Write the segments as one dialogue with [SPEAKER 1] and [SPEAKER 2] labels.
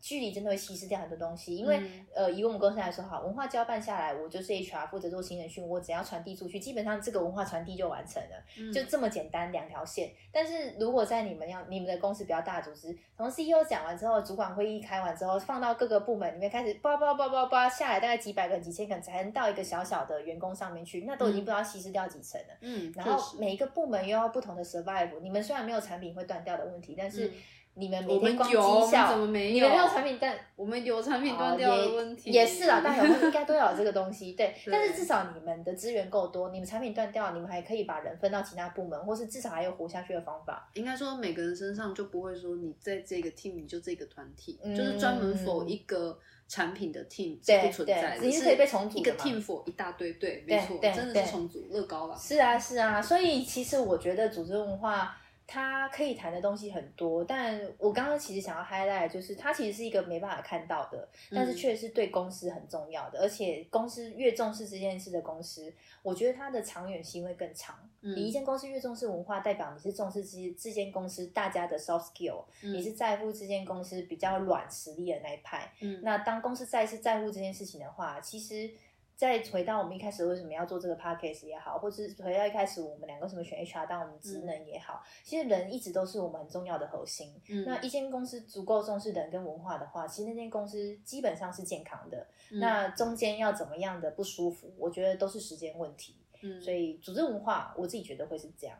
[SPEAKER 1] 稀释掉很多东西。因为、
[SPEAKER 2] 嗯
[SPEAKER 1] 呃，以我们公司来说，好，文化交办下来，我就是 HR 负责做新人训，我只要传递出去，基本上这个文化传递就完成了，
[SPEAKER 2] 嗯
[SPEAKER 1] 就这么简单，两条线。但是如果在你们要你们的公司比较大的组织，从 CEO 讲完之后，主管会议开完之后，放到各个部门里面开始叭叭叭叭叭下来，大概几百个人、几千个人才能到一个小小的员工上面去，那都已经不知道稀释掉几层了。
[SPEAKER 2] 嗯，
[SPEAKER 1] 然
[SPEAKER 2] 确
[SPEAKER 1] 后
[SPEAKER 2] 实
[SPEAKER 1] 每一个部门又要不同的 survive。你们虽然没有产品会断掉的问题，但是
[SPEAKER 2] 嗯
[SPEAKER 1] 你们每
[SPEAKER 2] 我
[SPEAKER 1] 天
[SPEAKER 2] 们
[SPEAKER 1] 光
[SPEAKER 2] 有，我
[SPEAKER 1] 绩
[SPEAKER 2] 们
[SPEAKER 1] 效，
[SPEAKER 2] 怎么没
[SPEAKER 1] 你
[SPEAKER 2] 有？
[SPEAKER 1] 们没有产品，但
[SPEAKER 2] 我们有产品
[SPEAKER 1] 哦
[SPEAKER 2] 端掉的
[SPEAKER 1] 也
[SPEAKER 2] 问题，
[SPEAKER 1] 也是啦，大 员工应该都要有这个东西，对。
[SPEAKER 2] 对
[SPEAKER 1] 但是至少你们的资源够多，你们产品断掉，你们还可以把人分到其他部门，或是至少还有活下去的方法。
[SPEAKER 2] 应该说每个人身上就不会说你在这个 team 你就这个团体，
[SPEAKER 1] 嗯
[SPEAKER 2] 就是专门否一个产品的 team 是
[SPEAKER 1] 对
[SPEAKER 2] 不存在
[SPEAKER 1] 对，
[SPEAKER 2] 的，
[SPEAKER 1] 只是可以被重组
[SPEAKER 2] 一个
[SPEAKER 1] 的嘛
[SPEAKER 2] team for 一大堆，对，
[SPEAKER 1] 对
[SPEAKER 2] 没错，
[SPEAKER 1] 对
[SPEAKER 2] 真的
[SPEAKER 1] 对
[SPEAKER 2] 是重组乐高了。
[SPEAKER 1] 是啊，是啊，所以其实我觉得组织文化它可以谈的东西很多，但我刚刚其实想要 highlight 就是它其实是一个没办法看到的，但是
[SPEAKER 2] 嗯
[SPEAKER 1] 却是对公司很重要的，而且公司越重视这件事的公司，我觉得它的长远性会更长。
[SPEAKER 2] 嗯
[SPEAKER 1] 你一间公司越重视文化，代表你是重视这这间公司大家的 soft skill，、
[SPEAKER 2] 嗯
[SPEAKER 1] 你是在乎这间公司比较软实力的那一派。
[SPEAKER 2] 嗯
[SPEAKER 1] 那当公司再次在乎这件事情的话，其实再回到我们一开始为什么要做这个 podcast 也好，或者是回到一开始我们两个为什么选 HR 当我们职能也好，其实人一直都是我们很重要的核心。
[SPEAKER 2] 嗯
[SPEAKER 1] 那一间公司足够重视人跟文化的话，其实那间公司基本上是健康的。
[SPEAKER 2] 嗯
[SPEAKER 1] 那中间要怎么样的不舒服，我觉得都是时间问题。
[SPEAKER 2] 嗯
[SPEAKER 1] 所以组织文化，我自己觉得会是这样。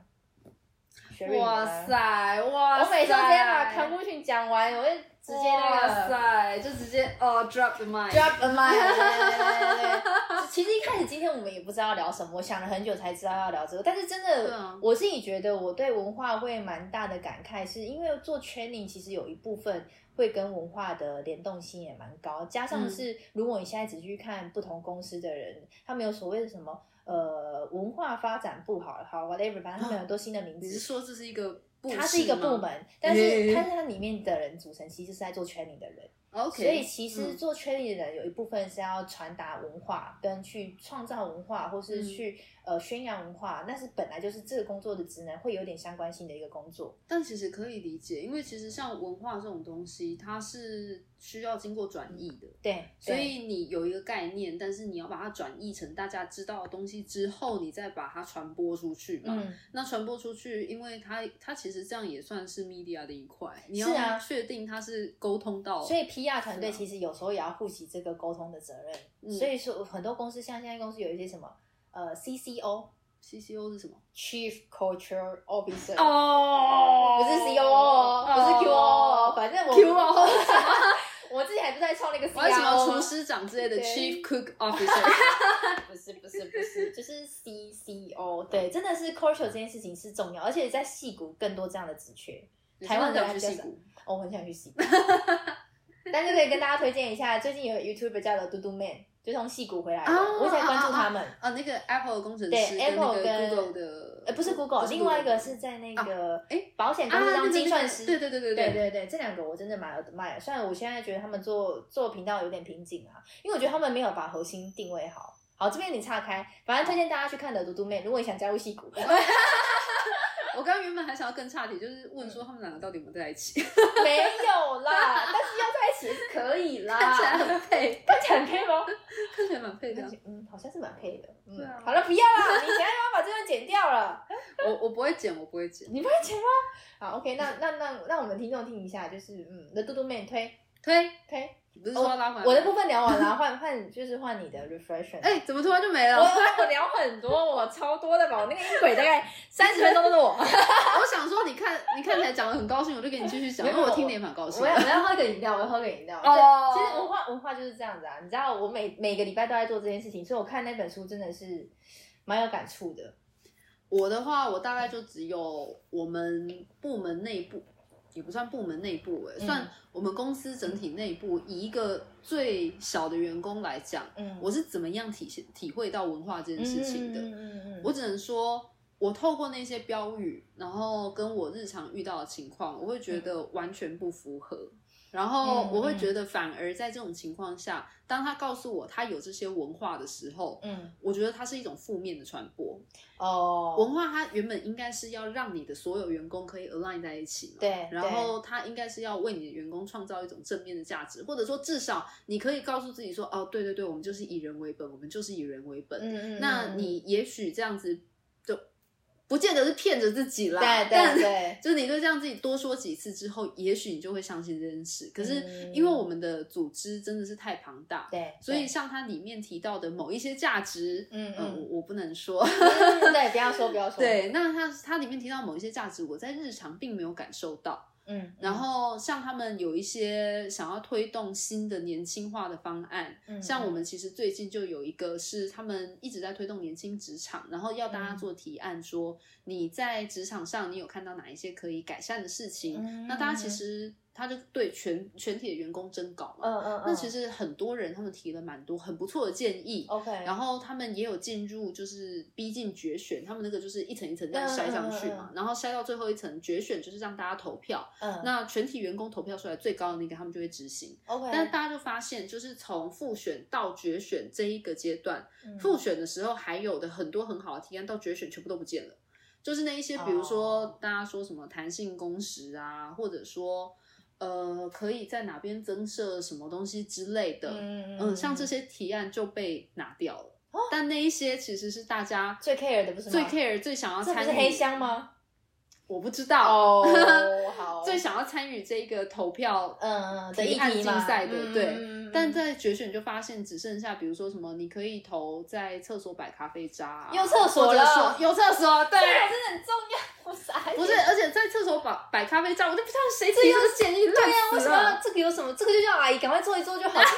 [SPEAKER 1] Sherry
[SPEAKER 2] 哇
[SPEAKER 1] 呢！
[SPEAKER 2] 塞哇
[SPEAKER 1] 我
[SPEAKER 2] 塞，
[SPEAKER 1] 每次都啊直接把 conclusion 讲完，我会直接那个
[SPEAKER 2] 哇塞，就直接哦 drop the mic。
[SPEAKER 1] Drop a mic 对。 对对对其实一开始今天我们也不知道要聊什么，我想了很久才知道要聊这个。但是真
[SPEAKER 2] 对
[SPEAKER 1] 的，
[SPEAKER 2] 啊
[SPEAKER 1] 我自己觉得我对文化会蛮大的感慨，是因为做 training 其实有一部分会跟文化的联动性也蛮高，加上
[SPEAKER 2] 嗯
[SPEAKER 1] 是如果你现在只去看不同公司的人，他们有所谓的什么呃文化发展部好了，好 whatever，反正他们有很多新的名
[SPEAKER 2] 你
[SPEAKER 1] 字
[SPEAKER 2] 是。说这是一个部室吗？
[SPEAKER 1] 它是一个部门，但是
[SPEAKER 2] 耶
[SPEAKER 1] 但是它里面的人组成其实是在做 training 的人。
[SPEAKER 2] ，OK。
[SPEAKER 1] 所以其实
[SPEAKER 2] 嗯
[SPEAKER 1] 做 training 的人有一部分是要传达文化，跟去创造文化，或是
[SPEAKER 2] 嗯
[SPEAKER 1] 去、呃宣扬文化，那是本来就是这个工作的职能会有点相关性的一个工作。
[SPEAKER 2] 但其实可以理解，因为其实像文化这种东西，它是需要经过转译的，
[SPEAKER 1] 对，
[SPEAKER 2] 所
[SPEAKER 1] 对
[SPEAKER 2] 以你有一个概念，但是你要把它转译成大家知道的东西之后，你再把它传播出去嘛。
[SPEAKER 1] 嗯，
[SPEAKER 2] 那传播出去，因为它它其实这样也算是 media 的一块，你
[SPEAKER 1] 是啊
[SPEAKER 2] 要确定它是沟通到，
[SPEAKER 1] 所以 PR 团队
[SPEAKER 2] 是啊
[SPEAKER 1] 其实有时候也要负起这个沟通的责任。
[SPEAKER 2] 嗯
[SPEAKER 1] 所以说很多公司像现在公司有一些什么呃 CCO。
[SPEAKER 2] CCO 是什么？
[SPEAKER 1] Chief Culture Officer，、
[SPEAKER 2] 哦
[SPEAKER 1] 不是 COO，、哦、不是 QO，、哦、反正我
[SPEAKER 2] QO
[SPEAKER 1] 我自己还不在创那个 CRO，
[SPEAKER 2] 我要什么厨师长之类的
[SPEAKER 1] 对
[SPEAKER 2] Chief Cook Officer，
[SPEAKER 1] 不是不是不是，就是 C C O，对，真的是 culture 这件事情是重要，而且在戏谷更多这样的职缺。台湾的
[SPEAKER 2] 想
[SPEAKER 1] 还
[SPEAKER 2] 去
[SPEAKER 1] 比较
[SPEAKER 2] 戏
[SPEAKER 1] 少
[SPEAKER 2] 谷，
[SPEAKER 1] 哦，我很想去戏 谷，但是可以跟大家推荐一下，最近有个 YouTuber 叫做嘟嘟 Man，就从戏谷回来的，
[SPEAKER 2] 哦
[SPEAKER 1] 我在关注他们。
[SPEAKER 2] 啊，那个 Apple 的工程
[SPEAKER 1] 对
[SPEAKER 2] 师跟那
[SPEAKER 1] ，Apple 跟
[SPEAKER 2] 个 Google 的，
[SPEAKER 1] 呃，不是 Google，另外一个是在那个
[SPEAKER 2] 哦诶
[SPEAKER 1] 保险公
[SPEAKER 2] 啊，
[SPEAKER 1] 司
[SPEAKER 2] 那
[SPEAKER 1] 当
[SPEAKER 2] 个
[SPEAKER 1] 精算师，
[SPEAKER 2] 那个对对
[SPEAKER 1] 对
[SPEAKER 2] 对对
[SPEAKER 1] 对
[SPEAKER 2] 对，
[SPEAKER 1] 对，这两个我真的蛮 admire。虽然我现在觉得他们做做频道有点瓶颈啊，因为我觉得他们没有把核心定位好。好，这边你岔开，反正推荐大家去看的嘟嘟妹，如果你想加入戏骨，
[SPEAKER 2] 我刚刚原本还想要更岔题，就是问说他们两个到底有没有在一起，
[SPEAKER 1] 没有啦， 但是要在一起也是可以啦。
[SPEAKER 2] 看起来很配，
[SPEAKER 1] 看起来很配吗？
[SPEAKER 2] 看起来蛮配的啊。
[SPEAKER 1] 嗯，好像是蛮配的。嗯
[SPEAKER 2] 对啊，
[SPEAKER 1] 好了，不要啦，你等一下要把这段剪掉了。
[SPEAKER 2] 我我不会剪，我不会剪。
[SPEAKER 1] 你不会剪吗？好，OK，那那那那我们听众听一下，就是嗯，那嘟嘟妹推
[SPEAKER 2] 推，
[SPEAKER 1] 推，
[SPEAKER 2] 不是说要拉回来吗
[SPEAKER 1] 我的部分聊 完了，换换就是换你的 reflection。
[SPEAKER 2] 哎，怎么突然就没了？
[SPEAKER 1] 我
[SPEAKER 2] 我
[SPEAKER 1] 我聊很多，我超多的吧，我那个音轨大概三十分钟都是我。
[SPEAKER 2] 想说，你看你看起来讲的很高兴，我就给你继续讲，
[SPEAKER 1] 没
[SPEAKER 2] 因
[SPEAKER 1] 有
[SPEAKER 2] 为我听得也蛮高兴
[SPEAKER 1] 我要。我要喝个饮料，我要喝个饮料。
[SPEAKER 2] 哦
[SPEAKER 1] 对其实文化文化就是这样子啊，你知道我每每个礼拜都在做这件事情，所以我看那本书真的是蛮有感触的。
[SPEAKER 2] 我的话，我大概就只有我们部门内部，也不算部门内部、欸，
[SPEAKER 1] 嗯
[SPEAKER 2] 算我们公司整体内部，以一个最小的员工来讲，
[SPEAKER 1] 嗯
[SPEAKER 2] 我是怎么样体现体会到文化这件事情的。
[SPEAKER 1] 嗯嗯嗯嗯
[SPEAKER 2] 我只能说，我透过那些标语，然后跟我日常遇到的情况，我会觉得完全不符合。然后
[SPEAKER 1] 嗯
[SPEAKER 2] 我会
[SPEAKER 1] 嗯
[SPEAKER 2] 觉得，反而在这种情况下，当他告诉我他有这些文化的时候，
[SPEAKER 1] 嗯，
[SPEAKER 2] 我觉得它是一种负面的传播。
[SPEAKER 1] 哦，
[SPEAKER 2] 文化它原本应该是要让你的所有员工可以 align 在一起嘛，
[SPEAKER 1] 对，
[SPEAKER 2] 然后它应该是要为你的员工创造一种正面的价值，或者说至少你可以告诉自己说，哦，对对对，我们就是以人为本，我们就是以人为
[SPEAKER 1] 对，
[SPEAKER 2] 本。
[SPEAKER 1] 嗯嗯，
[SPEAKER 2] 那
[SPEAKER 1] 嗯
[SPEAKER 2] 你也许这样子就不见得是骗着自己啦，
[SPEAKER 1] 对
[SPEAKER 2] 但
[SPEAKER 1] 对对，
[SPEAKER 2] 就你对这样自己多说几次之后，也许你就会相信这件事。可是因为我们的组织真的是太庞大，
[SPEAKER 1] 对，
[SPEAKER 2] 所以
[SPEAKER 1] 嗯对
[SPEAKER 2] 像它里面提到的某一些价值，
[SPEAKER 1] 嗯
[SPEAKER 2] 呃
[SPEAKER 1] 嗯，
[SPEAKER 2] 我我不能说。
[SPEAKER 1] 嗯 对，不要说不要说，，
[SPEAKER 2] 对，那它它里面提到某一些价值，我在日常并没有感受到。
[SPEAKER 1] 嗯，
[SPEAKER 2] 然后像他们有一些想要推动新的年轻化的方案，
[SPEAKER 1] 嗯
[SPEAKER 2] 像我们其实最近就有一个是他们一直在推动年轻职场，然后要大
[SPEAKER 1] 嗯
[SPEAKER 2] 家做提案说，你在职场上你有看到哪一些可以改善的事情？
[SPEAKER 1] 嗯
[SPEAKER 2] 那大家其实他就对全全体的员工征稿嘛，
[SPEAKER 1] 嗯嗯，
[SPEAKER 2] 那其实很多人他们提了蛮多很不错的建议。
[SPEAKER 1] 嗯 OK，
[SPEAKER 2] 然后他们也有进入，就是逼近决选，他们那个就是一层一层这
[SPEAKER 1] 嗯
[SPEAKER 2] 样筛上去嘛，然后筛到最后一层决选，就是让大家投票，
[SPEAKER 1] 嗯
[SPEAKER 2] 那全体员工投票出来最高的那个，他们就会执行。
[SPEAKER 1] OK，
[SPEAKER 2] 但是大家就发现，就是从复选到决选这一个阶段，
[SPEAKER 1] 嗯
[SPEAKER 2] 复选的时候还有的很多很好的提案，到决选全部都不见了。就是那一些，比如说
[SPEAKER 1] 哦
[SPEAKER 2] 大家说什么弹性工时啊，或者说呃可以在哪边增设什么东西之类的，嗯
[SPEAKER 1] 嗯哦
[SPEAKER 2] 像这些提案就被拿掉了。但那一些其实是大家
[SPEAKER 1] 最 care 的不是吗
[SPEAKER 2] 最 care 最想要
[SPEAKER 1] 嗯这不
[SPEAKER 2] 参
[SPEAKER 1] 是
[SPEAKER 2] 与
[SPEAKER 1] 黑箱？吗？
[SPEAKER 2] 我不知道，
[SPEAKER 1] 哦， 好，
[SPEAKER 2] 最想要参与这个投票
[SPEAKER 1] 嗯嗯的
[SPEAKER 2] 提
[SPEAKER 1] 议
[SPEAKER 2] 案
[SPEAKER 1] 题
[SPEAKER 2] 竞
[SPEAKER 1] 嘛
[SPEAKER 2] 赛的
[SPEAKER 1] 嗯
[SPEAKER 2] 对
[SPEAKER 1] 嗯嗯
[SPEAKER 2] 但
[SPEAKER 1] 嗯
[SPEAKER 2] 在决选就发现只剩下，比如说什么，你可以投在厕所摆咖啡渣、啊，
[SPEAKER 1] 又厕所
[SPEAKER 2] 或者
[SPEAKER 1] 了
[SPEAKER 2] 说又厕所，对
[SPEAKER 1] 这，个真的很重要，我傻眼
[SPEAKER 2] 不是，而且在厕所摆摆咖啡渣，我就不知道谁
[SPEAKER 1] 这
[SPEAKER 2] 提
[SPEAKER 1] 又
[SPEAKER 2] 这个建议，
[SPEAKER 1] 对啊，
[SPEAKER 2] 烂
[SPEAKER 1] 为
[SPEAKER 2] 死
[SPEAKER 1] 什
[SPEAKER 2] 了
[SPEAKER 1] 么要这个有什么？这个就叫阿姨赶快做一做就好。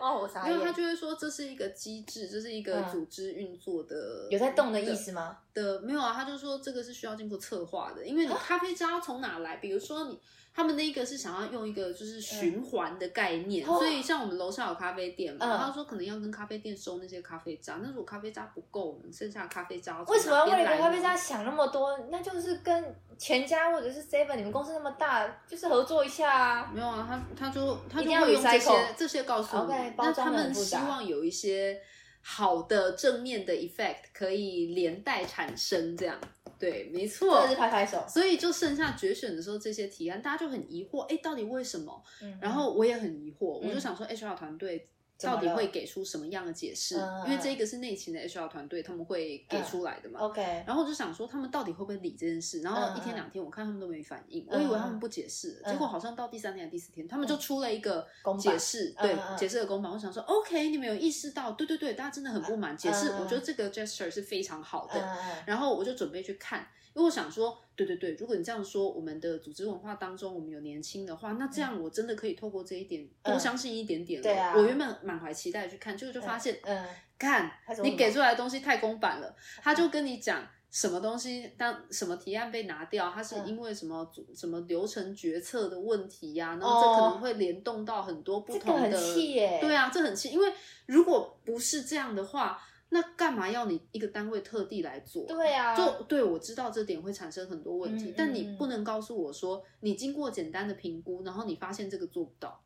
[SPEAKER 1] 哦，我傻
[SPEAKER 2] 因为他
[SPEAKER 1] 眼。
[SPEAKER 2] 就会说这是一个机制，这是一个
[SPEAKER 1] 嗯
[SPEAKER 2] 组织运作的，
[SPEAKER 1] 有在动的意思吗？
[SPEAKER 2] 的没有啊，他就说这个是需要经过策划的，因为你咖啡渣从哪来？比如说你他们那个是想要用一个就是循环的概念，
[SPEAKER 1] 嗯哦
[SPEAKER 2] 所以像我们楼下有咖啡店嘛，
[SPEAKER 1] 嗯
[SPEAKER 2] 他说可能要跟咖啡店收那些咖啡渣，那如果咖啡渣不够，我们剩下的咖啡渣
[SPEAKER 1] 为什么要为了一个咖啡渣
[SPEAKER 2] 从哪边来呢？
[SPEAKER 1] 想那么多？那就是跟全家或者是 Seven，你们公司那么大，就是合作一下啊。
[SPEAKER 2] 没有啊，他他就他
[SPEAKER 1] 一定
[SPEAKER 2] 就
[SPEAKER 1] 要
[SPEAKER 2] 会用这
[SPEAKER 1] recycle
[SPEAKER 2] 些这些告诉你
[SPEAKER 1] OK，包
[SPEAKER 2] 那
[SPEAKER 1] 装
[SPEAKER 2] 他
[SPEAKER 1] 得很
[SPEAKER 2] 们
[SPEAKER 1] 复
[SPEAKER 2] 希
[SPEAKER 1] 杂
[SPEAKER 2] 望有一些好的正面的 effect 可以连带产生，这样对，没错，
[SPEAKER 1] 真的是啊拍拍手。
[SPEAKER 2] 所以就剩下决选的时候，这些提案大家就很疑惑，哎，到底为什么？
[SPEAKER 1] 嗯
[SPEAKER 2] 然后我也很疑惑，
[SPEAKER 1] 嗯
[SPEAKER 2] 我就想说 HR 团队
[SPEAKER 1] 怎么
[SPEAKER 2] 到
[SPEAKER 1] 了
[SPEAKER 2] 底会给出什么样的解释？
[SPEAKER 1] 嗯
[SPEAKER 2] 因为这个是内勤的 HR 团队他们会给出来的嘛。
[SPEAKER 1] OK，
[SPEAKER 2] 然后我就想说，他们到底会不会理这件事？然后一
[SPEAKER 1] 嗯
[SPEAKER 2] 天
[SPEAKER 1] 嗯
[SPEAKER 2] 两天，我看他们都没反应，
[SPEAKER 1] 嗯
[SPEAKER 2] 我以为他们不解释，
[SPEAKER 1] 嗯
[SPEAKER 2] 结果好像到第三天、第四天，他们就出了一个
[SPEAKER 1] 公版
[SPEAKER 2] 解释，
[SPEAKER 1] 嗯
[SPEAKER 2] 对
[SPEAKER 1] 嗯嗯
[SPEAKER 2] 解释的公版。我想说，OK，你们有意识到？对对对，大家真的很不满，解释，
[SPEAKER 1] 嗯嗯
[SPEAKER 2] 我觉得这个 gesture 是非常好的。
[SPEAKER 1] 嗯
[SPEAKER 2] 然后我就准备去看，因为我想说，对对对，如果你这样说，我们的组织文化当中我们有年轻的话，那这样我真的可以透过这一点多
[SPEAKER 1] 嗯
[SPEAKER 2] 相信一点点了。
[SPEAKER 1] 对啊
[SPEAKER 2] 我原本满怀期待去看，结果就发现，
[SPEAKER 1] 嗯，
[SPEAKER 2] 看
[SPEAKER 1] 他怎么
[SPEAKER 2] 你给出来的东西太公版了，他
[SPEAKER 1] 嗯
[SPEAKER 2] 就跟你讲。什么东西当什么提案被拿掉，它是
[SPEAKER 1] 嗯
[SPEAKER 2] 因为什么组、什么流程决策的问题呀、然后这可
[SPEAKER 1] 哦
[SPEAKER 2] 能会联动到很多不
[SPEAKER 1] 这个
[SPEAKER 2] 同的
[SPEAKER 1] 很气耶。
[SPEAKER 2] 对啊，这很气，因为如果不是这样的话，那干嘛要你一个单位特地来做？
[SPEAKER 1] 对啊，
[SPEAKER 2] 就对我知道这点会产生很多问题，
[SPEAKER 1] 嗯
[SPEAKER 2] 但
[SPEAKER 1] 嗯
[SPEAKER 2] 你
[SPEAKER 1] 嗯
[SPEAKER 2] 不能告诉我说你经过简单的评估，然后你发现这个做不到，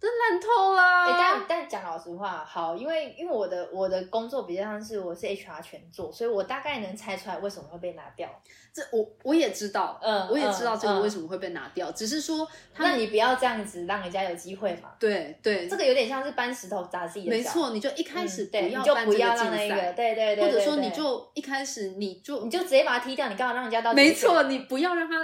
[SPEAKER 2] 真烂透啦！
[SPEAKER 1] 哎、但但讲老实话，好，因为因为我的我的工作比较像是我是 HR 全做，所以我大概能猜出来为什么会被拿掉。
[SPEAKER 2] 这我我也知道，
[SPEAKER 1] 嗯
[SPEAKER 2] 我也知道这个为
[SPEAKER 1] 么。嗯
[SPEAKER 2] 什么会被拿掉，只是说他
[SPEAKER 1] 那
[SPEAKER 2] 们
[SPEAKER 1] 你不要这样子让人家有机会嘛。
[SPEAKER 2] 对对，
[SPEAKER 1] 这个有点像是搬石头砸自己的脚。
[SPEAKER 2] 没错，你就
[SPEAKER 1] 嗯，
[SPEAKER 2] 一开始
[SPEAKER 1] 对，你
[SPEAKER 2] 要
[SPEAKER 1] 就
[SPEAKER 2] 办
[SPEAKER 1] 不
[SPEAKER 2] 这
[SPEAKER 1] 要
[SPEAKER 2] 个竞
[SPEAKER 1] 让那个，
[SPEAKER 2] 赛，
[SPEAKER 1] 对对对
[SPEAKER 2] 或者说
[SPEAKER 1] 对
[SPEAKER 2] 你
[SPEAKER 1] 对
[SPEAKER 2] 就一开始你就
[SPEAKER 1] 你就直接把它踢掉，你刚好让人家到。
[SPEAKER 2] 没错，你不要让他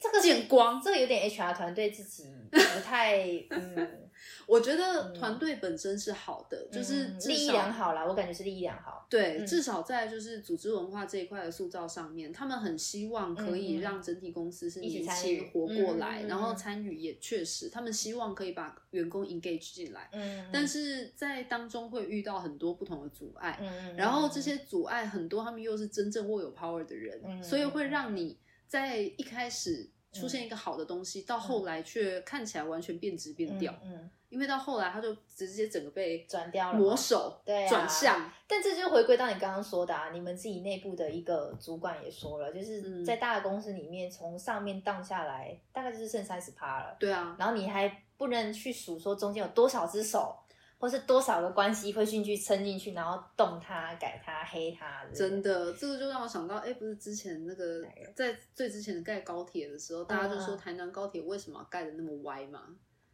[SPEAKER 1] 这个是
[SPEAKER 2] 见光。
[SPEAKER 1] 这个有点 HR 团队自己不 太嗯
[SPEAKER 2] 我觉得团队本身是好的，就是
[SPEAKER 1] 嗯
[SPEAKER 2] 至
[SPEAKER 1] 利益
[SPEAKER 2] 少
[SPEAKER 1] 良好啦，我感觉是利益良好。
[SPEAKER 2] 对，
[SPEAKER 1] 嗯
[SPEAKER 2] 至少在就是组织文化这一块的塑造上面，他们很希望可以
[SPEAKER 1] 嗯嗯
[SPEAKER 2] 让整体公司是
[SPEAKER 1] 一起
[SPEAKER 2] 年
[SPEAKER 1] 参与
[SPEAKER 2] 轻活过来，
[SPEAKER 1] 嗯嗯嗯
[SPEAKER 2] 然后参与也确实，他们希望可以把员工 engage 进来，
[SPEAKER 1] 嗯，
[SPEAKER 2] 但
[SPEAKER 1] 是
[SPEAKER 2] 是在当中会遇到很多不同的阻碍，
[SPEAKER 1] 嗯，
[SPEAKER 2] 然后这些阻碍很多，他们又是真正握有 power 的人，
[SPEAKER 1] 嗯
[SPEAKER 2] 所以会让你在一开始。出现一个好的东西，到后来却看起来完全变质变调，
[SPEAKER 1] 嗯，嗯
[SPEAKER 2] 因为到后来他就直接整个被
[SPEAKER 1] 转掉了
[SPEAKER 2] 魔
[SPEAKER 1] 嘛
[SPEAKER 2] 手
[SPEAKER 1] 对啊
[SPEAKER 2] 转向，
[SPEAKER 1] 但这就回归到你刚刚说的啊，你们自己内部的一个主管也说了，就是
[SPEAKER 2] 嗯
[SPEAKER 1] 在大的公司里面，从上面荡下来，大概就是剩三十趴了，
[SPEAKER 2] 对啊，
[SPEAKER 1] 然后你还不能去数说中间有多少只手，或是多少个关系会进去撑进去，然后动它、改它、黑它，
[SPEAKER 2] 真
[SPEAKER 1] 的。
[SPEAKER 2] 的，这个就让我想到，哎，不是之前那个
[SPEAKER 1] 哪个
[SPEAKER 2] 在最之前的盖高铁的时候，大家就说
[SPEAKER 1] 嗯嗯
[SPEAKER 2] 台南高铁为什么要盖的那么歪嘛？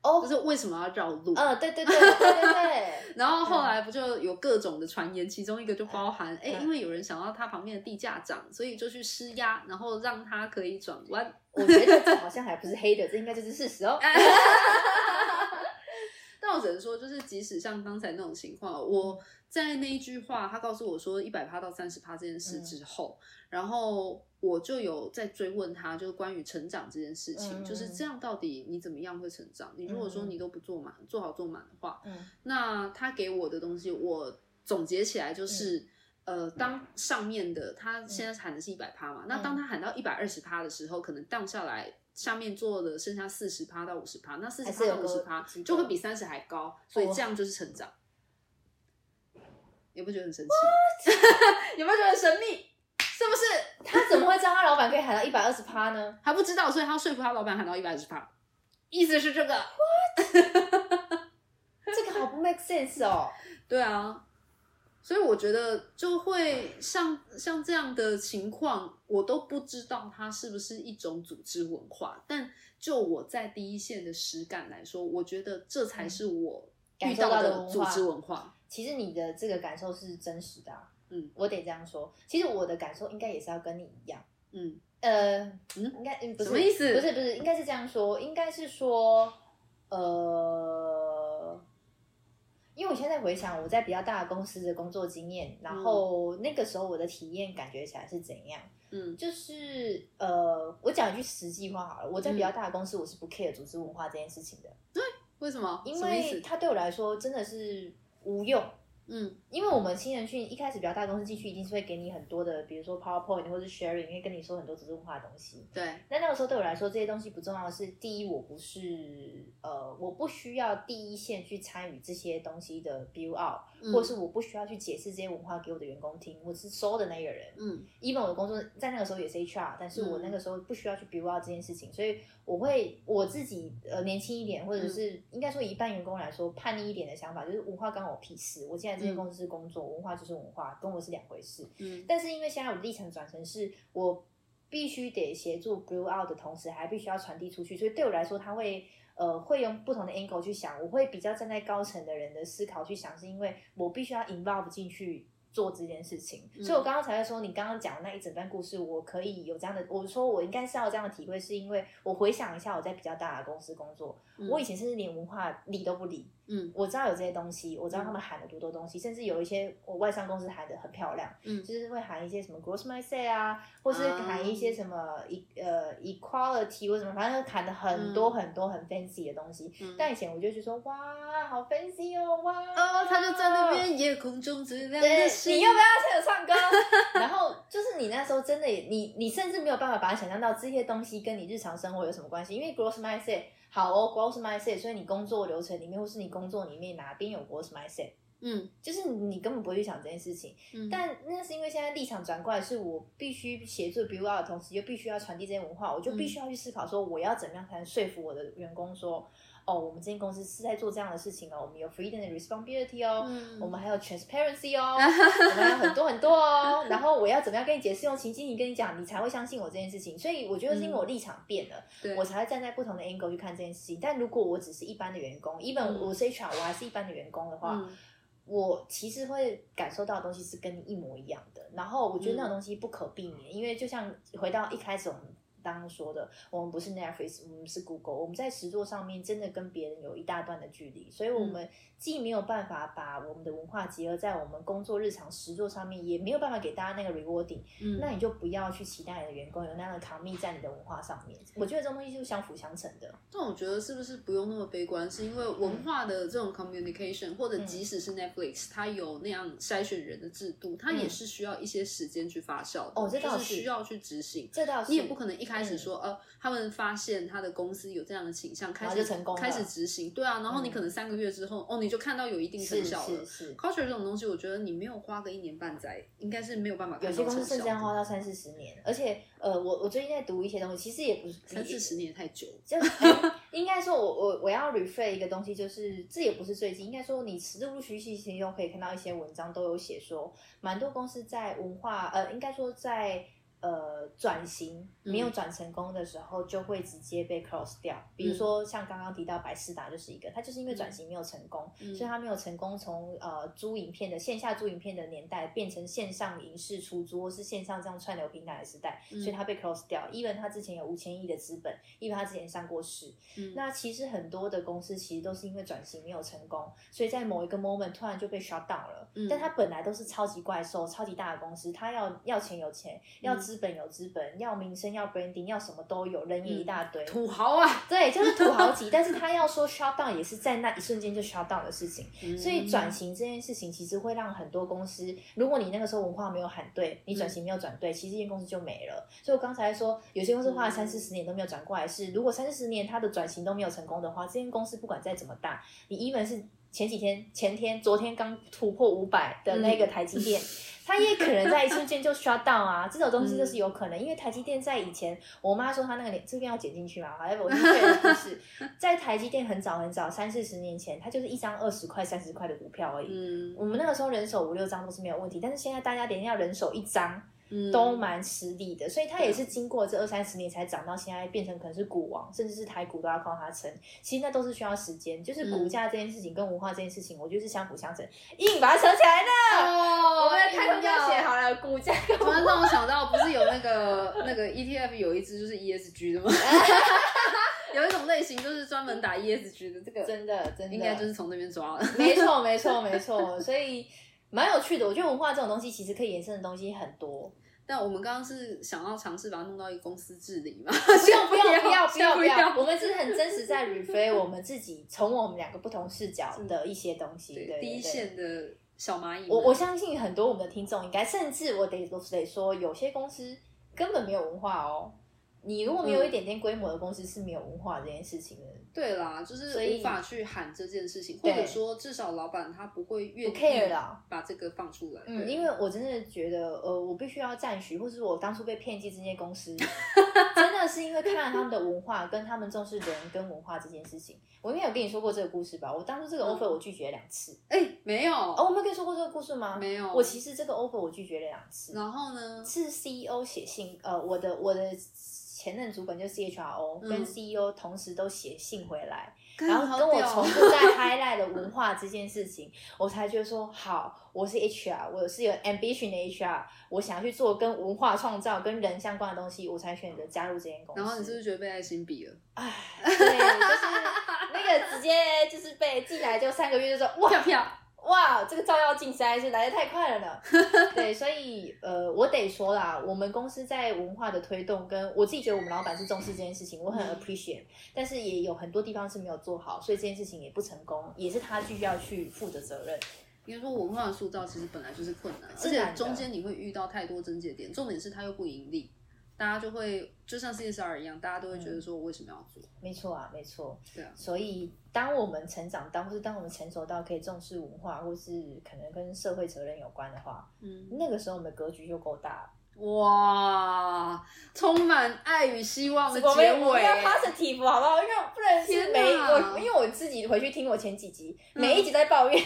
[SPEAKER 1] 哦
[SPEAKER 2] 就是为什么要绕路？
[SPEAKER 1] 嗯，对对对对对对，
[SPEAKER 2] 然后后来不就有各种的传言，其中一个就包含，哎、
[SPEAKER 1] 嗯
[SPEAKER 2] 因为有人想要它旁边的地价涨，所以就去施压，然后让它可以转弯。
[SPEAKER 1] 我觉得这好像还不是黑的，这应该就是事实哦。
[SPEAKER 2] 但我只能说，就是即使像刚才那种情况，我
[SPEAKER 1] 嗯
[SPEAKER 2] 在那一句话，他告诉我说一百趴到三十趴这件
[SPEAKER 1] 嗯
[SPEAKER 2] 事之后，然后我就有在追问他，就是关于成长这件事情，
[SPEAKER 1] 嗯
[SPEAKER 2] 就是这样到底你怎么样会成长？你如果说
[SPEAKER 1] 嗯
[SPEAKER 2] 你都不做满，做好做满的话，
[SPEAKER 1] 嗯
[SPEAKER 2] 那他给我的东西，我总结起来就是，
[SPEAKER 1] 嗯
[SPEAKER 2] 呃，当上面的他现在喊的是一百趴嘛，那
[SPEAKER 1] 嗯
[SPEAKER 2] 当他喊到一百二十趴的时候，可能荡下来，下面做的剩下四十趴到五十趴，那四十
[SPEAKER 1] 还是
[SPEAKER 2] 趴
[SPEAKER 1] 有
[SPEAKER 2] 到五十趴
[SPEAKER 1] 个
[SPEAKER 2] 就会比三十还高，所以
[SPEAKER 1] 哦
[SPEAKER 2] 这样就是成长。你不觉得很神奇？有没有觉得很神秘？是不是？
[SPEAKER 1] 他怎么会知道他老板可以喊到一百二十趴呢？
[SPEAKER 2] 他不知道，所以他要说服他老板喊到一百二十趴，意思是这个。
[SPEAKER 1] 这个好不 make sense 哦。
[SPEAKER 2] 对啊，所以我觉得就会像像这样的情况，我都不知道它是不是一种组织文化，但就我在第一线的实感来说，我觉得这才是我
[SPEAKER 1] 嗯感
[SPEAKER 2] 遇
[SPEAKER 1] 受到
[SPEAKER 2] 到
[SPEAKER 1] 的
[SPEAKER 2] 的
[SPEAKER 1] 文
[SPEAKER 2] 组
[SPEAKER 1] 化
[SPEAKER 2] 织文化。
[SPEAKER 1] 其实你的这个感受是真实的、啊，
[SPEAKER 2] 嗯，
[SPEAKER 1] 我得这样说。其实我的感受应该也是要跟你一样，
[SPEAKER 2] 嗯，
[SPEAKER 1] 呃，
[SPEAKER 2] 嗯
[SPEAKER 1] 应该嗯不是
[SPEAKER 2] 什么意思
[SPEAKER 1] 不是不是，应该是这样说，应该是说，呃，因为我现在回想我在比较大的公司的工作经验，然后那个时候我的体验感觉起来是怎样？
[SPEAKER 2] 嗯
[SPEAKER 1] 就是呃，我讲一句实际话好了，我在比
[SPEAKER 2] 嗯
[SPEAKER 1] 较大的公司我是不 care 组织文化这件事情的，
[SPEAKER 2] 为什么？
[SPEAKER 1] 因
[SPEAKER 2] 哦什么意
[SPEAKER 1] 为
[SPEAKER 2] 思？
[SPEAKER 1] 它对我来说真的是无用。
[SPEAKER 2] 嗯
[SPEAKER 1] 因为我们新人训一开始比较大公司进去，一定是会给你很多的，比如说 PowerPoint 或是 sharing，会跟你说很多组织文化的东西。
[SPEAKER 2] 对，
[SPEAKER 1] 那那个时候对我来说，这些东西不重要的是，第一，我不是呃，我不需要第一线去参与这些东西的 build out，、
[SPEAKER 2] 嗯
[SPEAKER 1] 或是我不需要去解释这些文化给我的员工听，我是收的那个人。
[SPEAKER 2] 嗯
[SPEAKER 1] even 我的工作在那个时候也是 HR，但是我
[SPEAKER 2] 嗯
[SPEAKER 1] 那个时候不需要去 build out 这件事情，所以我会我自己呃年轻一点，或者
[SPEAKER 2] 嗯
[SPEAKER 1] 是应该说一半员工来说叛逆一点的想法，就是文化关我屁事，我现在这些
[SPEAKER 2] 嗯
[SPEAKER 1] 公司工作，文化就是文化，跟我是两回事。
[SPEAKER 2] 嗯
[SPEAKER 1] 但是因为现在我的历程转成是我必须得协助 build out 的同时，还必须要传递出去，所以对我来说，他会。呃，会用不同的 angle 去想，我会比较站在高层的人的思考去想，是因为我必须要 involve 进去做这件事情，
[SPEAKER 2] 嗯
[SPEAKER 1] 所以我刚刚才会说，你刚刚讲的那一整段故事，我可以有这样的，我说我应该是要有这样的体会，是因为我回想一下我在比较大的公司工作，
[SPEAKER 2] 嗯
[SPEAKER 1] 我以前甚至连文化理都不理，
[SPEAKER 2] 嗯
[SPEAKER 1] 我知道有这些东西，我知道他们喊了多多东西，甚至有一些我外商公司喊的很漂亮，
[SPEAKER 2] 嗯
[SPEAKER 1] 就是会喊一些什么 gross mindset 啊，或是
[SPEAKER 2] 啊
[SPEAKER 1] 喊一些什么 e 呃 equality 或什么，反正喊的很多
[SPEAKER 2] 嗯
[SPEAKER 1] 很多很 fancy 的东西。
[SPEAKER 2] 嗯，
[SPEAKER 1] 但以前我就去说哇，好 fancy 哦，哇，
[SPEAKER 2] 哦，他就在那。边夜空中最亮
[SPEAKER 1] 对
[SPEAKER 2] 的，星，
[SPEAKER 1] 你要不要开始唱 歌？然后就是你那时候真的也，你你甚至没有办法把它想象到这些东西跟你日常生活有什么关系，因为 growth mindset 好哦，growth mindset，所以你工作流程里面或是你工作里面哪边有 growth mindset，
[SPEAKER 2] 嗯
[SPEAKER 1] 就是你根本不会去想这件事情。
[SPEAKER 2] 嗯，
[SPEAKER 1] 但那是因为现在立场转过来，是我必须协助 b u i 的同时，又必须要传递这些文化，我就必须
[SPEAKER 2] 嗯
[SPEAKER 1] 要去思考说，我要怎么样才能说服我的员工说，哦，我们这间公司是在做这样的事情哦，我们有 freedom and responsibility 哦，
[SPEAKER 2] 嗯
[SPEAKER 1] 我们还有 transparency 哦，我们还有很多很多哦。然后我要怎么样跟你解释，用情境你跟你讲，你才会相信我这件事情。所以我觉得是因为我立场变了，
[SPEAKER 2] 嗯对嗯
[SPEAKER 1] 我才会站在不同的 angle 去看这件事情。但如果我只是一般的员工，even
[SPEAKER 2] 嗯
[SPEAKER 1] 我是 HR，我还是一般的员工的话，
[SPEAKER 2] 嗯
[SPEAKER 1] 我其实会感受到的东西是跟你一模一样的，然后我觉得
[SPEAKER 2] 嗯
[SPEAKER 1] 那种东西不可避免，因为就像回到一开始我们刚刚说的，我们不是 Netflix，我们是 Google，我们在实作上面真的跟别人有一大段的距离，所以
[SPEAKER 2] 嗯
[SPEAKER 1] 我们既没有办法把我们的文化结合在我们工作日常实作上面，也没有办法给大家那个 rewarding，、
[SPEAKER 2] 嗯
[SPEAKER 1] 那你就不要去期待你的员工有那样的 commit 在你的文化上面，我觉得这种东西就是相辅相成的，
[SPEAKER 2] 但我觉得是不是不用那么悲观，是因为文化的这种 communication，或者
[SPEAKER 1] 嗯
[SPEAKER 2] 即使是 Netflix，它有那样筛选人的制度，它也是需要一些时间去发酵的。
[SPEAKER 1] 嗯哦这
[SPEAKER 2] 就
[SPEAKER 1] 倒
[SPEAKER 2] 是
[SPEAKER 1] 是
[SPEAKER 2] 需要去执行。
[SPEAKER 1] 这倒是嗯
[SPEAKER 2] 你也不可能一开始说、呃，他们发现他的公司有这样的倾向，开
[SPEAKER 1] 后
[SPEAKER 2] 始
[SPEAKER 1] 就成功了
[SPEAKER 2] 开始执行，对啊，然后你
[SPEAKER 1] 嗯
[SPEAKER 2] 可能三个月之后，哦，你就看到有一定成
[SPEAKER 1] 是
[SPEAKER 2] 效了
[SPEAKER 1] 是。是，
[SPEAKER 2] culture 这种东西，我觉得你没有花个一年半载，应该是没有办法
[SPEAKER 1] 有
[SPEAKER 2] 看
[SPEAKER 1] 些
[SPEAKER 2] 到
[SPEAKER 1] 公
[SPEAKER 2] 成
[SPEAKER 1] 司甚
[SPEAKER 2] 效
[SPEAKER 1] 至要花
[SPEAKER 2] 的。
[SPEAKER 1] 到三四十年，而且呃，我我最近在读一些东西，其实也不是
[SPEAKER 2] 三四十年也太久了，
[SPEAKER 1] 就是哎 应该说我，我我要 refer 一个东西，就是这也不是最近，应该说你陆陆续续其中可以看到一些文章都有写说，蛮多公司在文化呃，应该说在呃转型
[SPEAKER 2] 嗯
[SPEAKER 1] 没有转成功的时候，就会直接被 close 掉。比
[SPEAKER 2] 嗯
[SPEAKER 1] 如说像刚刚提到百事达就是一个，它就是因为转型没有成功，
[SPEAKER 2] 嗯
[SPEAKER 1] 所以它没有成功从呃租影片的线下租影片的年代变成线上影视出租或是线上这样串流平台的时代，
[SPEAKER 2] 嗯
[SPEAKER 1] 所以它被 close 掉。even 它之前有五千亿的资本，even 它之前上过市。
[SPEAKER 2] 嗯
[SPEAKER 1] 那其实很多的公司其实都是因为转型没有成功，所以在某一个 moment 突然就被 shut down 了。
[SPEAKER 2] 嗯
[SPEAKER 1] 但它本来都是超级怪兽、超级大的公司，它要要钱有钱，要
[SPEAKER 2] 嗯
[SPEAKER 1] 资本有资本，要名声要 branding 要什么都有，人也一大堆。
[SPEAKER 2] 嗯土豪啊，
[SPEAKER 1] 对，就是土豪级，但是他要说 shut down 也是在那一瞬间就 shut down 的事情，所以转型这件事情其实会让很多公司，如果你那个时候文化没有喊对，你转型没有转对，其实这间公司就没了。所以我刚才说，有些公司花了
[SPEAKER 2] 嗯
[SPEAKER 1] 三四十年都没有转过来是，如果三四十年它的转型都没有成功的话，这间公司不管再怎么大，你 even 是前几天、前天、昨天刚突破五百的那个台积电。它也可能在一瞬间就 shut down 啊，这种东西就是有可能，因为台积电在以前，我妈说她那个年这边要剪进去嘛，反正我就对的故事，在台积电很早很早，三四十年前，它就是一张二十块、三十块的股票而已。
[SPEAKER 2] 嗯
[SPEAKER 1] 我们那个时候人手五六张都是没有问题，但是现在大家连要人手一张
[SPEAKER 2] 嗯
[SPEAKER 1] 都蛮吃力的，所以它也是经过这二三十年才涨到现在，变成可能是股王，甚至是台股都要靠它撑。其实那都是需要时间，就是
[SPEAKER 2] 嗯
[SPEAKER 1] 股价这件事情跟文化这件事情，我觉得是相辅相成，硬把它扯起来的。
[SPEAKER 2] 哦，
[SPEAKER 1] 我们的开头就
[SPEAKER 2] 硬要
[SPEAKER 1] 写好了，股价跟
[SPEAKER 2] 突然让我想到，不是有那个 那个 ETF 有一只就是 ESG 的吗？有一种类型就是专门打 ESG 的，这个
[SPEAKER 1] 真的真的
[SPEAKER 2] 应该就是从那边 抓的。
[SPEAKER 1] 没错，没错，没错，所以蛮有趣的。我觉得文化这种东西其实可以延伸的东西很 多。
[SPEAKER 2] 但我们刚刚是想要尝试把它弄到一个公司治理 嘛？
[SPEAKER 1] 不用，不用，
[SPEAKER 2] 先
[SPEAKER 1] 不要，不要，
[SPEAKER 2] 先
[SPEAKER 1] 不
[SPEAKER 2] 不
[SPEAKER 1] 要。我们是很真实在 refer 我们自己从我们两个不同视角的一些东西。对，对
[SPEAKER 2] 对，第一。
[SPEAKER 1] 对
[SPEAKER 2] 线的小蚂蚁们。
[SPEAKER 1] 我我相信很多我们的听众应该，甚至我得得说，有些公司根本没有文化哦。你如果没有
[SPEAKER 2] 嗯
[SPEAKER 1] 一点点规模的公司是没有文化这件事情的，
[SPEAKER 2] 对啦，就是
[SPEAKER 1] 所以
[SPEAKER 2] 无法去喊这件事情，或
[SPEAKER 1] 对
[SPEAKER 2] 者说至少老板他不会愿
[SPEAKER 1] 不 care
[SPEAKER 2] 意
[SPEAKER 1] 啦
[SPEAKER 2] 把这个放出来。
[SPEAKER 1] 嗯，
[SPEAKER 2] 对
[SPEAKER 1] 因为我真的觉得，呃，我必须要赞许，或是我当初被骗进这些公 司，真的是因为看了他们的文化，跟他们重视人跟文化这件事情。我应该有跟你说过这个故事吧？我当初这个
[SPEAKER 2] 嗯
[SPEAKER 1] offer 我拒绝了两次。
[SPEAKER 2] 哎没有
[SPEAKER 1] 哦，我没有跟你说过这个故事吗？
[SPEAKER 2] 没有，嗯
[SPEAKER 1] 我其实这个 offer 我拒绝了两次，
[SPEAKER 2] 然后呢？
[SPEAKER 1] 是 CEO 写信，呃，我的我的前任主管就是 CHRO 跟
[SPEAKER 2] 嗯
[SPEAKER 1] CEO 同时都写信回来，
[SPEAKER 2] 干
[SPEAKER 1] 然后
[SPEAKER 2] 好
[SPEAKER 1] 跟我
[SPEAKER 2] 屌哦
[SPEAKER 1] 重 复在 highlight 了文化这件事情，我才觉得说，好，我是 HR，我是有 ambition 的 HR，我想要去做跟文化创造、跟人相关的东西，我才选择加入这间公司。
[SPEAKER 2] 然后你是不是觉得被爱心 比了？
[SPEAKER 1] 哎，对，就是那个直接就是被进来就三个月就 说，哇
[SPEAKER 2] 票票，
[SPEAKER 1] 哇，这个照妖镜实在是来的太快了呢。对，所以呃，我得说啦，我们公司在文化的推动跟，我自己觉得我们老板是重视这件事情，我很
[SPEAKER 2] 嗯
[SPEAKER 1] appreciate，但是也有很多地方是没有做好，所以这件事情也不成功，也是他必须要去负的责任。
[SPEAKER 2] 应该说文化的塑造其实本来就是困难，而
[SPEAKER 1] 自然的
[SPEAKER 2] 且中间你会遇到太多症结点，重点是它又不盈利，大家就会就像 CSR 一样，大家都会
[SPEAKER 1] 嗯
[SPEAKER 2] 觉得说我为什么要做？
[SPEAKER 1] 没错啊，没错。
[SPEAKER 2] 对啊，
[SPEAKER 1] 所以，当我们成长到，或是当我们成熟到可以重视文化，或是可能跟社会责任有关的话，
[SPEAKER 2] 嗯，
[SPEAKER 1] 那个时候我们的格局就够大了。
[SPEAKER 2] 哇，充满爱与希望的
[SPEAKER 1] 我
[SPEAKER 2] 结
[SPEAKER 1] 们我们
[SPEAKER 2] 尾
[SPEAKER 1] 要 positive 好不好？因为不能是
[SPEAKER 2] 天
[SPEAKER 1] 每
[SPEAKER 2] 哪嗯
[SPEAKER 1] 我，因为我自己回去听我前几集，每一集在抱 怨，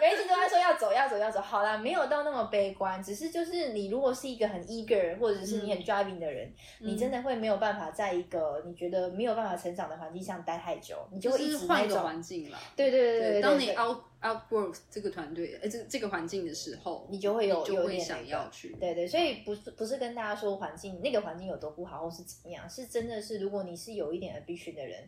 [SPEAKER 1] 每一集都在说要走要走要走。好啦，没有到那么悲观，只是就是你如果是一个很 eager 或者
[SPEAKER 2] 嗯
[SPEAKER 1] 是你很 driving 的人，你真
[SPEAKER 2] 的
[SPEAKER 1] 的会没有办法在一个你觉得没有办法成长的环境下待太久，你就
[SPEAKER 2] 就
[SPEAKER 1] 会一
[SPEAKER 2] 是
[SPEAKER 1] 直
[SPEAKER 2] 换
[SPEAKER 1] 那
[SPEAKER 2] 一个
[SPEAKER 1] 种。
[SPEAKER 2] 环境啦。
[SPEAKER 1] 对对对对对，
[SPEAKER 2] 当你
[SPEAKER 1] 对
[SPEAKER 2] out outwork 这个团队，哎，这这个环境的时候，
[SPEAKER 1] 你就会有
[SPEAKER 2] 你就
[SPEAKER 1] 有
[SPEAKER 2] 会
[SPEAKER 1] 点
[SPEAKER 2] 想
[SPEAKER 1] 那个
[SPEAKER 2] 要去，
[SPEAKER 1] 对对，所以
[SPEAKER 2] 嗯
[SPEAKER 1] 不是不是跟大家说环境那个环境有多不好或是怎么样，是真的是如果你是有一点 ambition 的人，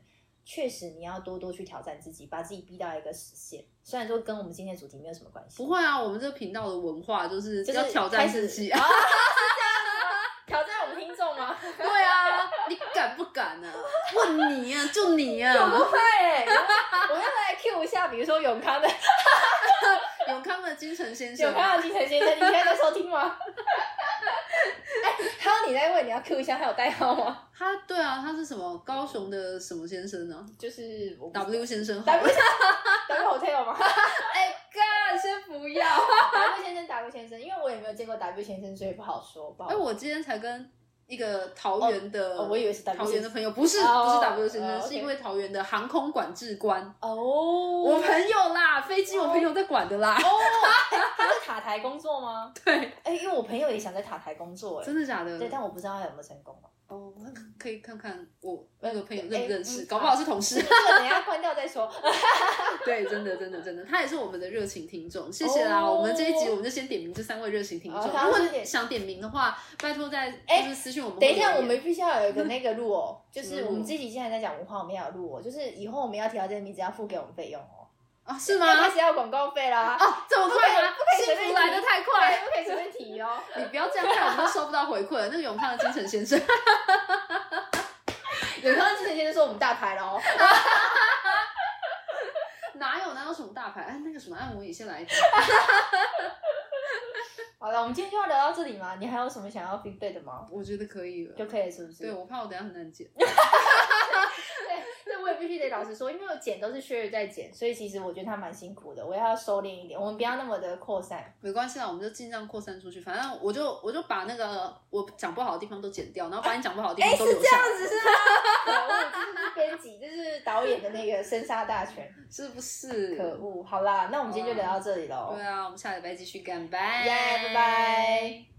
[SPEAKER 1] 确实你要多多去挑战自己，把自己逼到一个实现。虽然说跟我们今天的主题没有什么关系，
[SPEAKER 2] 不会啊，我们这个频道的文化就是
[SPEAKER 1] 就是
[SPEAKER 2] 要挑战自己
[SPEAKER 1] 开
[SPEAKER 2] 啊。
[SPEAKER 1] 始啊，是这样子吗挑战我们听众吗？
[SPEAKER 2] 对啊，你敢不敢啊？问你啊，就你
[SPEAKER 1] 不
[SPEAKER 2] 啊，
[SPEAKER 1] 会，我们要不要来 Q 一下，比如说永康的
[SPEAKER 2] 永康的金城先生
[SPEAKER 1] 永
[SPEAKER 2] 啊，
[SPEAKER 1] 康的金城先生，你现在在收听吗？哎，还有你你在问，你要 Q 一下他有代号吗？
[SPEAKER 2] 他对啊，他是什么高雄的什么先生呢
[SPEAKER 1] 就是我不
[SPEAKER 2] ？W 先生好了
[SPEAKER 1] W W Hotel 吗？
[SPEAKER 2] 哎干，先不要。
[SPEAKER 1] W 先生，W 先生，因为我也没有见过 W 先生，所以不好说。不好
[SPEAKER 2] 哎，我今天才跟一个桃园的，
[SPEAKER 1] 哦哦我以为是 W
[SPEAKER 2] 桃园的朋友，不是不
[SPEAKER 1] 哦
[SPEAKER 2] 是 W 先
[SPEAKER 1] 哦
[SPEAKER 2] 生，
[SPEAKER 1] ，OK
[SPEAKER 2] 是一位桃园的航空管制官，
[SPEAKER 1] 哦，
[SPEAKER 2] 我
[SPEAKER 1] 我
[SPEAKER 2] 朋友啦，飞机我朋友在管的啦。
[SPEAKER 1] 哦，哎他在塔台工作吗？
[SPEAKER 2] 对，
[SPEAKER 1] 哎、因为我朋友也想在塔台工作、哎，
[SPEAKER 2] 真的假的？
[SPEAKER 1] 对，但我不知道他有没有成功。啊
[SPEAKER 2] 哦，那可以看看我那个朋友认不认识，
[SPEAKER 1] 哎嗯
[SPEAKER 2] 搞不好是同事
[SPEAKER 1] 这。个等一下关掉再 说。
[SPEAKER 2] 对，真的，真的，真的，他也是我们的热情听众，谢谢啦！
[SPEAKER 1] 哦
[SPEAKER 2] 我们这一集我们就先点名这三位热情听众，
[SPEAKER 1] 哦好
[SPEAKER 2] 如果
[SPEAKER 1] 谢谢
[SPEAKER 2] 想点名的话，拜托在
[SPEAKER 1] 哎
[SPEAKER 2] 就是私信我们。
[SPEAKER 1] 等一下，我们必须要有一个那个录哦， 就
[SPEAKER 2] 什么
[SPEAKER 1] 是
[SPEAKER 2] 录
[SPEAKER 1] 我们这集现在在讲文化，我们要有录哦，就是以后我们要提到这个名字要付给我们费用哦。
[SPEAKER 2] 啊，
[SPEAKER 1] 要
[SPEAKER 2] 是
[SPEAKER 1] 开
[SPEAKER 2] 吗？
[SPEAKER 1] 始要广告费啦，
[SPEAKER 2] 哦，这么快吗
[SPEAKER 1] 不可？以不可以随
[SPEAKER 2] 幸
[SPEAKER 1] 便
[SPEAKER 2] 福来的太
[SPEAKER 1] 对，
[SPEAKER 2] 快，
[SPEAKER 1] 不可以随便提哦。
[SPEAKER 2] 你不要这样，看我们都收不到回馈了。那个永康的金城先 生，
[SPEAKER 1] 有刚刚之前就是说我们大牌了哦，
[SPEAKER 2] 哪有哪有什么大牌？哎，那个什么按摩椅先来一个。
[SPEAKER 1] 好了，我们今天就要聊到这里吗？你还有什么想要 feedback 的吗？
[SPEAKER 2] 我觉得可以了。
[SPEAKER 1] 就可以了是不是？
[SPEAKER 2] 对，我怕我等一下很难剪。
[SPEAKER 1] 对，对我也必须得老实说，因为我剪都是 Sherry 在剪，所以其实我觉得他蛮辛苦的，我要收敛一点，我们不要那么的扩散。
[SPEAKER 2] 没关系啦，我们就尽量扩散出去。反正我就我就把那个我讲不好的地方都剪掉，然后把你讲不好的地方都留下来，
[SPEAKER 1] 哎子是吗？可恶，这是编辑，这是导演的那个生杀大权，
[SPEAKER 2] 是不是？
[SPEAKER 1] 可恶。好啦，那我们今天就聊到这里喽。
[SPEAKER 2] 对啊，我们下礼拜继续干，拜，
[SPEAKER 1] 耶拜拜。